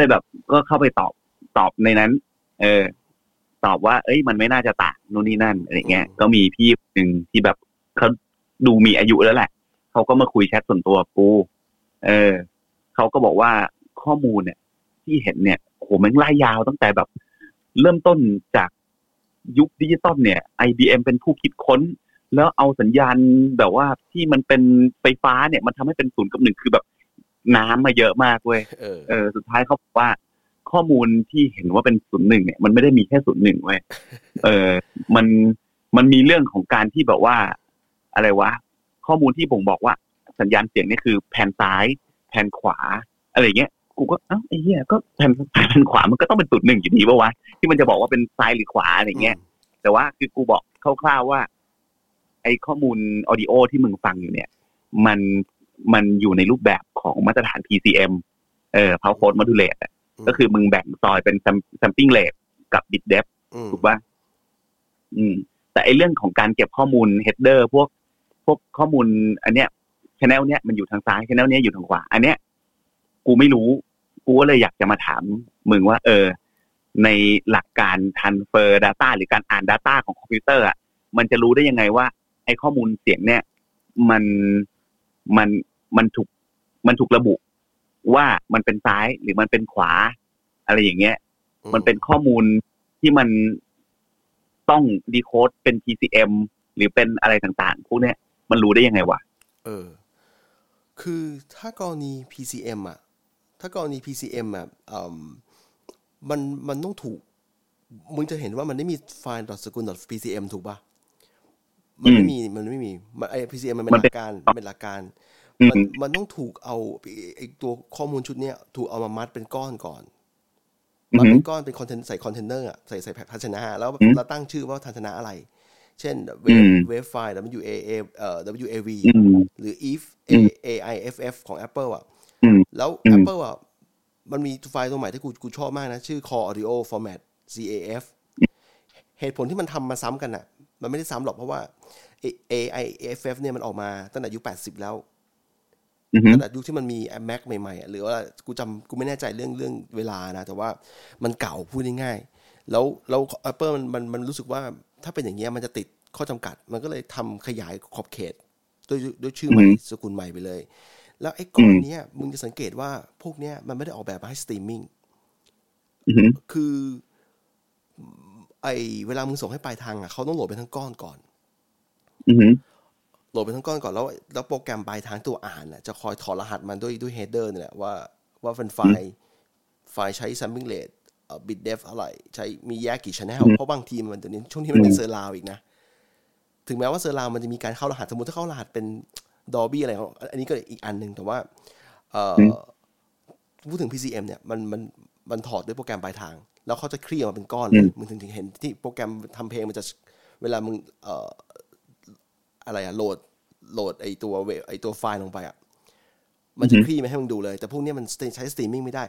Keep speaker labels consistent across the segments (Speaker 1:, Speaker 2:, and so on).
Speaker 1: เลยแบบก็เข้าไปตอบตอบในนั้น เออ ตอบว่า เอ้ย มันไม่น่าจะต่างนู่นนี่นั่นอะไรเงี้ย
Speaker 2: อืม
Speaker 1: ก็มีพี่หนึ่งที่แบบเขาดูมีอายุแล้วแหละเขาก็มาคุยแชทส่วนตัวกู เออเขาก็บอกว่าข้อมูลเนี่ย ที่เห็นเนี่ยโหมันไล่ยาวตั้งแต่แบบ เริ่มต้นจากยุคดิจิตอลเนี่ย IBM เป็นผู้คิดค้น แล้วเอาสัญญาณแบบว่าที่มันเป็นไฟฟ้าเนี่ยมันทำให้เป็นศูนย์กับหนึ่งคือแบบน้ำมาเยอะมากเว้ย
Speaker 2: เออ
Speaker 1: เออสุดท้ายเขาบอกว่าข้อมูลที่เห็นว่าเป็นศูนย์หนึ่งเนี่ย มันไม่ได้มีแค่ศูนย์หนึ่งเว้ย เออ มันมันมีเรื่องของการที่แบบว่า อะไรวะ ข้อมูลที่บ่งบอกว่า สัญญาณเสียงเนี่ยคือแผ่นซ้าย แผ่นขวา อะไรอย่างเงี้ยกูก็เอ้าไอ้เหี้ยก็แผ่นซ้ายแผ่นขวามันก็ต้องเป็นศูนย์หนึ่งอยู่ดีปะวะที่มันจะบอกว่าเป็นซ้ายหรือขวาอะไรอย่างเงี้ย แต่ว่าคือกูบอกคร่าวๆว่า ไอ้ข้อมูลออดิโอที่มึงฟังอยู่เนี่ย มันมันอยู่ในรูปแบบของมาตรฐาน PCM เอ่อ Power Code Modulate อะ
Speaker 2: อืม
Speaker 1: ก็คือมึงแบ่งซอยเป็น sam- sampling rate กับ bit depth
Speaker 2: อืม
Speaker 1: ถูกป่ะอืม แต่ไอ้เรื่องของการเก็บข้อมูล header พวกพวกข้อมูล อันเนี้ย channel เนี้ยมันอยู่ทางซ้าย channel เนี้ยอยู่ทางขวา อันเนี้ย กูไม่รู้ กูก็เลยอยากจะมาถามมึงว่า เออ ในหลักการ transfer data หรือการอ่าน data ของคอมพิวเตอร์อ่ะ มันจะรู้ได้ยังไงว่า ไอ้ข้อมูลเสียงเนี่ย มันมันมันถูกมันถูกระบุ ว่ามันเป็นซ้ายหรือมันเป็นขวา อะไรอย่างเงี้ย มันเป็นข้อมูลที่มันต้องดีโคดเป็น PCM หรือเป็นอะไรต่างๆ พวกเนี้ยมันรู้ได้ยังไงวะ
Speaker 2: เออ คือถ้ากรณี PCM อ่ะ ถ้ากรณี PCM อ่ะอืมมันมันต้องถูก มึงจะเห็นว่ามันไม่มีไฟล์ s k u l .pcm ถูกป่ะ มันไม่มี มันไม่มี มันไอ PCM มันเป็น
Speaker 1: มัน
Speaker 2: ห
Speaker 1: เป็น
Speaker 2: ลักการมันเป็นหลักการ
Speaker 1: อืม
Speaker 2: มันมันต้องถูกเอาไอ้ไอตัวข้อมูลชุดเนี้ยถูกเอามามัดเป็นก้อนก่อน
Speaker 1: อื
Speaker 2: มั
Speaker 1: อน หื
Speaker 2: เป็
Speaker 1: อ
Speaker 2: นก้อนเป็นคอนเทนใส่คอนเทนเนอร์อะใส่ใส่ภาชนะแล้ว
Speaker 1: อืม
Speaker 2: เราตั้งชื่อว่าภาชนะอะไร เช่นเว
Speaker 1: อื
Speaker 2: ฟ
Speaker 1: ม
Speaker 2: เวฟไฟล์ W A A เอ่อ W A V
Speaker 1: อืม
Speaker 2: หรือ if
Speaker 1: อื
Speaker 2: A
Speaker 1: ม
Speaker 2: A I F F ของ Apple อ่ะ
Speaker 1: อืม
Speaker 2: แล้ว
Speaker 1: อืม
Speaker 2: Apple อ่ะ มันมีไฟล์ตัวใหม่ที่กูกูชอบมากนะ ชื่อ Core Audio Format CAF เหตุผลที่มันทำมาซ้ำกันอ่ะ มันไม่ได้ซ้ำหรอกเพราะว่า A I F F เนี่ยมันออกมาตั้งแต่ยุค80 แล้ว
Speaker 1: อือหือ
Speaker 2: ตั้งแต่ยุคที่มันมี Mac ใหม่ๆอ่ะหรือว่ากูจำกูไม่แน่ใจเรื่องเรื่องเวลานะ แต่ว่ามันเก่าพูดง่ายๆแล้วแล้ว Apple มันมันมันรู้สึกว่าถ้าเป็นอย่างเงี้ยมันจะติดข้อจำกัด มันก็เลยทำขยายขอบเขตด้วยด้วยชื่อใหม่
Speaker 1: อืม
Speaker 2: สกุลใหม่ไปเลย แล้วไอ้ก้อ
Speaker 1: อื
Speaker 2: น
Speaker 1: ม
Speaker 2: เนี้ยมึงจะสังเกตว่าพวกเนี้ยมันไม่ได้ออกแบบมาให้สตรีมมิ่ง
Speaker 1: อือหือ
Speaker 2: คือไอเวลามึงส่งให้ปลายทางอ่ะเขาต้องโหลดเป็นทั้งก้อนก่อน
Speaker 1: อือหือ
Speaker 2: โหลดเป็นทั้งก้อนก่อนแล้วแล้วโปรแกรมปลายทางตัวอ่านน่ะจะคอยถอดรหัสมันด้วยด้วยเฮดเดอร์นี่แหละว่าว่าเป็นไฟล์ไฟล์ใช้ sampling rate เอ่อ bit depth อะไร ใช้มีแยกกี่ channel เพราะบางทีมันเดี๋ยวนี้ช่วงที่มันเป็นเซอร์ราวอีกนะ ถึงแม้ว่าเซอร์ราวมันจะมีการเข้ารหัส สมมติถ้าเข้ารหัสเป็นดอ l บี้อะไรของอันนี้ก็อีกอันหนึ่งแต่ว่าเอ่ออพูดถึง PCM เนี่ยมันมันมันถอดด้วยโปรแกรมปลายทาง แล้วเขาจะเคลียร์มาเป็นก้อนเลยมึงถึงถึงเห็นที่โปรแกรมทำเพลงมันจะเวลามึงเอ่อ อะไรอะโหลดโหลดไอตัวเวไอตัวไฟล์ลงไปอะมันจะคลี่มาให้มึงดูเลย แต่พวกเนี้ยมันใช้สตรีมมิ่งไม่ได้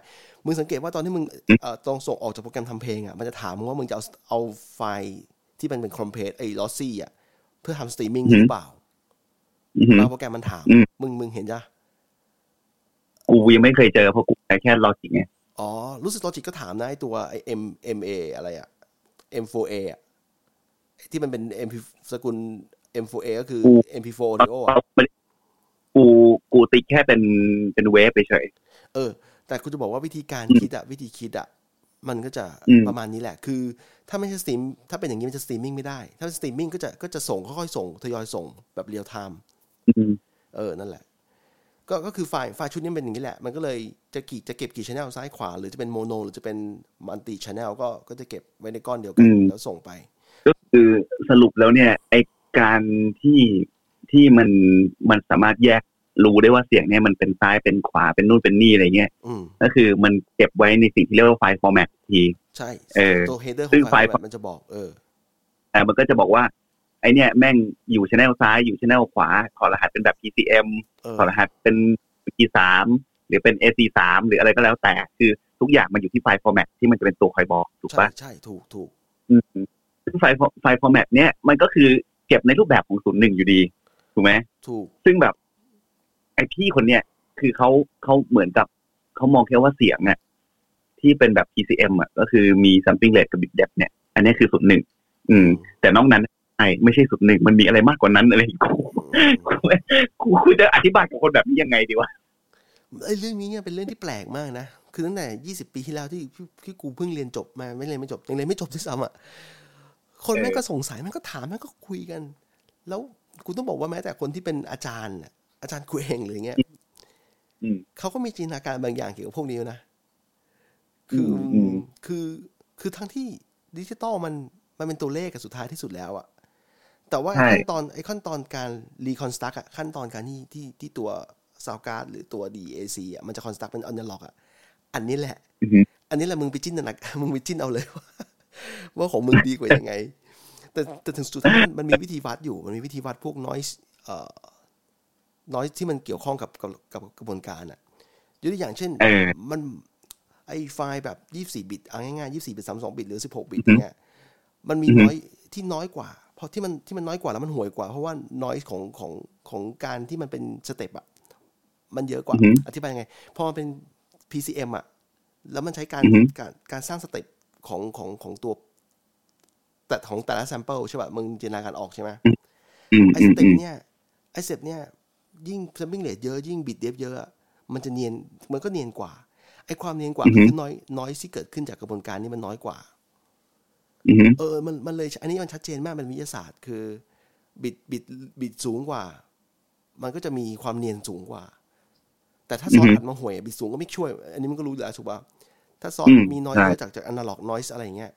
Speaker 2: มึงสังเกตว่าตอนที่มึงเอ่อต้องส่งออกจากโปรแกรมทำเพลงอะมันจะถามมึงว่ามึงจะเอาเอาไฟล์ที่มันเป็นคอมเพลตไอลอสซี่อะเพื่อทำสตรีมมิ่งหรือเปล่า
Speaker 1: อือหือ
Speaker 2: บางโปรแกรมมันถาม
Speaker 1: อืม
Speaker 2: มึงมึงเห็นจ้ะ
Speaker 1: กูยังไม่เคยเจอเพราะกูใช้แค่ลอจิกไง
Speaker 2: อ๋อ รู้สึกลอจิกก็ถามนะไอตัวไอเอ็มเอ็มเออะไรอะ M4A อะที่มันเป็น MP สกุล M4A ก็คือ MP4 Audio อะ
Speaker 1: กูกูติ๊กแค่เป็นเป็นเวฟไปเฉย
Speaker 2: เออ แต่คุณจะบอกว่าวิธีการคิดอะวิธีคิดอะมันก็จะ
Speaker 1: อืม
Speaker 2: ประมาณนี้แหละ คือถ้าไม่ใช่สตรีมถ้าเป็นอย่างนี้มันจะสตรีมมิ่งไม่ได้ ถ้าสตรีมมิ่งก็จะก็จะส่งค่อยๆส่งทยอยส่งแบบเรียลไทม์
Speaker 1: อืม
Speaker 2: เออ นั่นแหละ ก็ก็คือไฟล์ไฟล์ชุดนี้เป็นอย่างนี้แหละ มันก็เลยจะกี่จะเก็บกี่ชแนลซ้ายขวา หรือจะเป็นโมโนหรือจะเป็นมัลติชแนลก็ก็จะเก็บไว้ในก้อนเดียวกัน
Speaker 1: อืม
Speaker 2: แล้วส่งไป
Speaker 1: ก็คือสรุปแล้วเนี่ย ไอการที่ที่มันมันสามารถแยกรู้ได้ว่าเสียงเนี่ยมันเป็นซ้ายเป็นขวาเป็นนู่นเป็นนี่อะไรเงี้ย
Speaker 2: อืม
Speaker 1: ก็คือมันเก็บไว้ในสิ่งที่เรียกว่าไฟล์ฟอร์แมตที
Speaker 2: ใช่
Speaker 1: เออ
Speaker 2: ตัวเฮดเดอร์ข
Speaker 1: ซึ่
Speaker 2: อง
Speaker 1: ง
Speaker 2: ไฟล์
Speaker 1: ไฟล์
Speaker 2: แบบมันจะบอก เออ
Speaker 1: แต่มันก็จะบอกว่า ไอเนี่ยแม่งอยู่ชแนลซ้ายอยู่ชแนลขวา ขอรหัสเป็นแบบ PCM
Speaker 2: เออ
Speaker 1: ขอรหัสเป็น P3 หรือเป็น AC3 หรืออะไรก็แล้วแต่ คือทุกอย่างมันอยู่ที่ไฟล์ฟอร์แมตที่มันจะเป็นตัวคอยบอกถูก
Speaker 2: ใช่
Speaker 1: ปะ
Speaker 2: ใช่ถูกถูก
Speaker 1: อืมซึ่งไฟล์ไฟล์ฟอร์แมตเนี่ยมันก็คือเก็บในรูปแบบของศูนย์หนึ่งอยู่ดีถูกไหม
Speaker 2: ถูก
Speaker 1: ซึ่งแบบ ไอพี่คนเนี้ยคือเขาเขาเหมือนกับเขามองแค่ว่าเสียงเนี่ย ที่เป็นแบบ PCM อ่ะก็คือมี something rate กับ bit depth เนี่ย อันนี้คือสูตรหนึ่งอืม แต่นอกนั้นไอ้ไม่ใช่สูตรหนึ่งมันมีอะไรมากกว่านั้นอะไรอีกกู กูกูจะอธิบายกับคนแบบนี้ยังไงดีวะ
Speaker 2: ไอ้เรื่องนี้เนี่ยเป็นเรื่องที่แปลกมากนะ คือตั้งแต่ยี่สิบปีที่แล้วที่ที่ที่กูเพิ่งเรียนจบมาไม่เรียนไม่จบยังเรียนไม่จบด้วยซ้ำอ่ะ คน
Speaker 1: เออ
Speaker 2: แม่งก็สงสัยแม่งก็ถามแม่งก็คุยกัน แล้วกูต้องบอกว่าแม้แต่คนที่เป็นอาจารย์น่ะอาจารย์กูเองเลยเงี้ย
Speaker 1: อืม
Speaker 2: เขาก็มีจินตนาการบางอย่างเกี่ยวกับพวกนี้นะ คืออ
Speaker 1: มอืม
Speaker 2: คือคือทั้งที่ดิจิตอลมันมันเป็นตัวเลขอะสุดท้ายที่สุดแล้วอะแต่ว่า
Speaker 1: ใช่
Speaker 2: ขั้นตอนไอ้ขั้นตอนการรีคอนสตักอะขั้นตอนการที่ที่ที่ตัวซาวการ์ดหรือตัว DAC อะมันจะคอนสตักเป็นออนเนล็อกอะอันนี้แหละ
Speaker 1: อือหือ
Speaker 2: อันนี้แหละมึงไปจิ้นหนัก มึงไปจิ้นเอาเลยว่าว่าของมึงดีกว่ายังไง แต่แต่ถึงสุดท้ายมันมันมีวิธีวัดอยู่ มันมีวิธีวัดพวกน้อยเอ่อน้อยที่มันเกี่ยวข้องกับกับกับกระบวนการอะยกตัวอย่างเช่น
Speaker 1: เออ
Speaker 2: มันไอไฟล์แบบยี่สี่บิตเอาง่ายๆยี่สี่บิตสามสองบิตหรือสิบหกบิตอย่างเงี้ยมันมีน้อยที่น้อยกว่า เพราะที่มันที่มันน้อยกว่าแล้วมันห่วยกว่า เพราะว่าน้อยของของของการที่มันเป็นสเต็ปอะมันเยอะกว่า
Speaker 1: อือหือ
Speaker 2: อธิบายยังไงพอมันเป็น PCM อะแล้วมันใช้การ
Speaker 1: อือหือ
Speaker 2: การการสร้างสเต็ปของของของตัว แต่ของแต่ละแซมเปิลใช่ป่ะมึงจินตนาการออกใช่ไหม
Speaker 1: อืม
Speaker 2: ไอ
Speaker 1: อื
Speaker 2: ส
Speaker 1: ม
Speaker 2: เต็
Speaker 1: อื
Speaker 2: ป
Speaker 1: ม
Speaker 2: เนี่ยไอสเต็ปเนี่ยยิ่งซัมบิ้งเลทเยอะยิ่งบิดเดฟเยอะอะมันจะเนียนมันก็เนียนกว่าไอความเนียนกว่าก็คือน้อยน้อยที่เกิดขึ้นจากกระบวนการนี้มันน้อยกว่า
Speaker 1: อือหือ
Speaker 2: เออมันมันเลยอันนี้มันชัดเจนมากเป็นวิทยาศาสตร์ คือบิดบิดบิดสูงกว่า มันก็จะมีความเนียนสูงกว่า แต่ถ้าซ
Speaker 1: อือ
Speaker 2: อส
Speaker 1: ฮึ
Speaker 2: อัดมาห่วยอะบิดสูงก็ไม่ช่วย อันนี้มันก็รู้อยู่แล้วถูกป่ะถ้าซอส
Speaker 1: อืม
Speaker 2: มีน้อย
Speaker 1: ใช่
Speaker 2: เยอะจากจากอนาล็อกนอยส์อะไรอย่างเงี้ย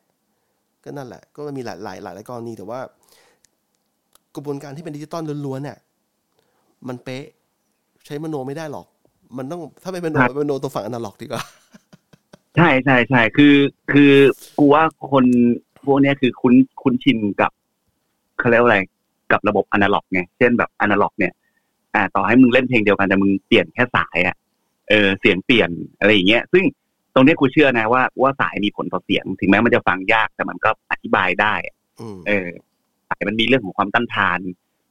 Speaker 2: ก็นั่นแหละ ก็มีหลายหลายหลายหลายกรณีแต่ว่า กระบวนการที่เป็นดิจิตอลล้วนๆเนี่ยมันเป๊ะใช้มโนไม่ได้หรอก มันต้องถ้าเป็นมโนเป็นมโนตัวฝั่งอนาล็อกดีกว่า
Speaker 1: ใช่ใช่ใช่คือคือกูว่าคนพวกเนี้ยคือคุ้นคุ้นชินกับเขาเรียกว่าอะไรกับระบบอนาล็อกไงเช่นแบบอนาล็อก เนี่ย อ่า ต่อให้มึงเล่นเพลงเดียวกันแต่มึงเปลี่ยนแค่สายอะเออเสียงเปลี่ยนอะไรอย่างเงี้ยซึ่งตรงเนี้ยกูเชื่อนะว่าว่าสายมีผลต่อเสียง ถึงแม้มันจะฟังยากแต่มันก็อธิบายได้
Speaker 2: อืม
Speaker 1: เออสายมันมีเรื่องของความต้านทาน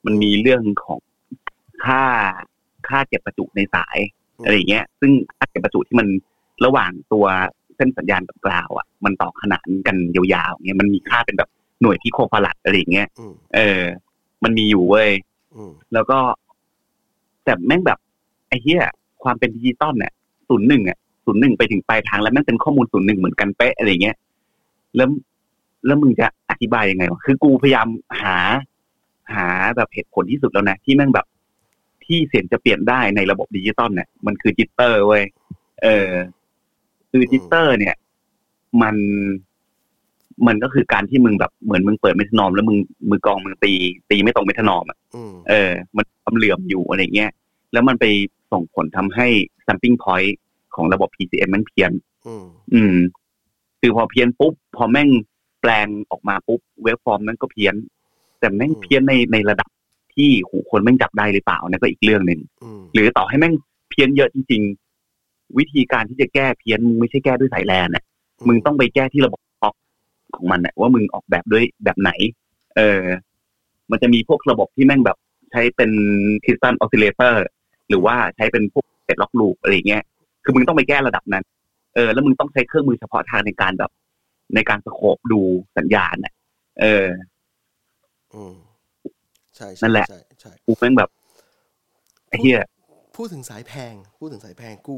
Speaker 1: มันมีเรื่องของค่าค่าเก็บประจุในสาย อะไรอย่างเงี้ย ซึ่งค่าเก็บประจุที่มันระหว่างตัวเส้นสัญญาณกับกราวอ่ะ มันต่อขนานกันยาวๆอย่างเงี้ย มันมีค่าเป็นแบบหน่วยพิโคฟารัดอะไรอย่างเงี้ย
Speaker 2: อืม
Speaker 1: เออ มันมีอยู่เว้ย
Speaker 2: อืม
Speaker 1: แล้วก็แต่แม่งแบบไอ้เหี้ยความเป็นดิจิตอลเนี่ยศูนย์หนึ่งอ่ะศูนย์หนึ่งไปถึงปลายทางแล้วแม่งเป็นข้อมูลศูนย์หนึ่งเหมือนกันเป๊ะอะไรเงี้ยแล้วแล้วมึงจะอธิบายยังไงวะคือกูพยายามหา หาแบบเหตุผลที่สุดแล้วนะที่แม่งแบบที่เสียงจะเปลี่ยนได้ในระบบดิจิตอลเนี่ยมันคือจิตเตอร์เว้ยเออ คือจิตเตอร์เนี่ย มันมันก็คือการที่มึงแบบเหมือนมึงเปิดเมทานอม แล้วมึงมือกลองมึงตี ตีไม่ตรงเมทานอมอะ
Speaker 2: อืม
Speaker 1: เออ มันความเหลื่อมอยู่อะไรเงี้ย แล้วมันไปส่งผลทำให้ sampling point ของระบบ PCM มันเพี้ยน
Speaker 2: อืม
Speaker 1: อืม คือพอเพี้ยนปุ๊บ พอแม่งแปลงออกมาปุ๊บ เวฟฟอร์มนั้นก็เพี้ยน แต่แม่งเพี้ยนในในระดับที่หูคนแม่งจับได้หรือเปล่านั่นก็อีกเรื่องหนึ่ง
Speaker 2: อืม
Speaker 1: หรือต่อให้แม่งเพี้ยนเยอะจริง ๆ วิธีการที่จะแก้เพี้ยนมึงไม่ใช่แก้ด้วยสายแลนน่ะ มึงต้องไปแก้ที่ระบบล็อกของมันน่ะว่ามึงออกแบบด้วยแบบไหน เออ มันจะมีพวกระบบที่แม่งแบบใช้เป็นคริสตัลออสซิเลเตอร์หรือว่าใช้เป็นพวกเซ็ตล็อกลูปอะไรอย่างเงี้ย คือมึงต้องไปแก้ระดับนั้น เออ แล้วมึงต้องใช้เครื่องมือเฉพาะทางในการแบบ ในการสโคบดูสัญญาณน่ะ เออ
Speaker 2: อืมใช่ใช่
Speaker 1: นั่นแหละ
Speaker 2: ใช่ใช่
Speaker 1: กูแม่งแบบไอ้เหี้ย
Speaker 2: พูดถึงสายแพง พูดถึงสายแพงกู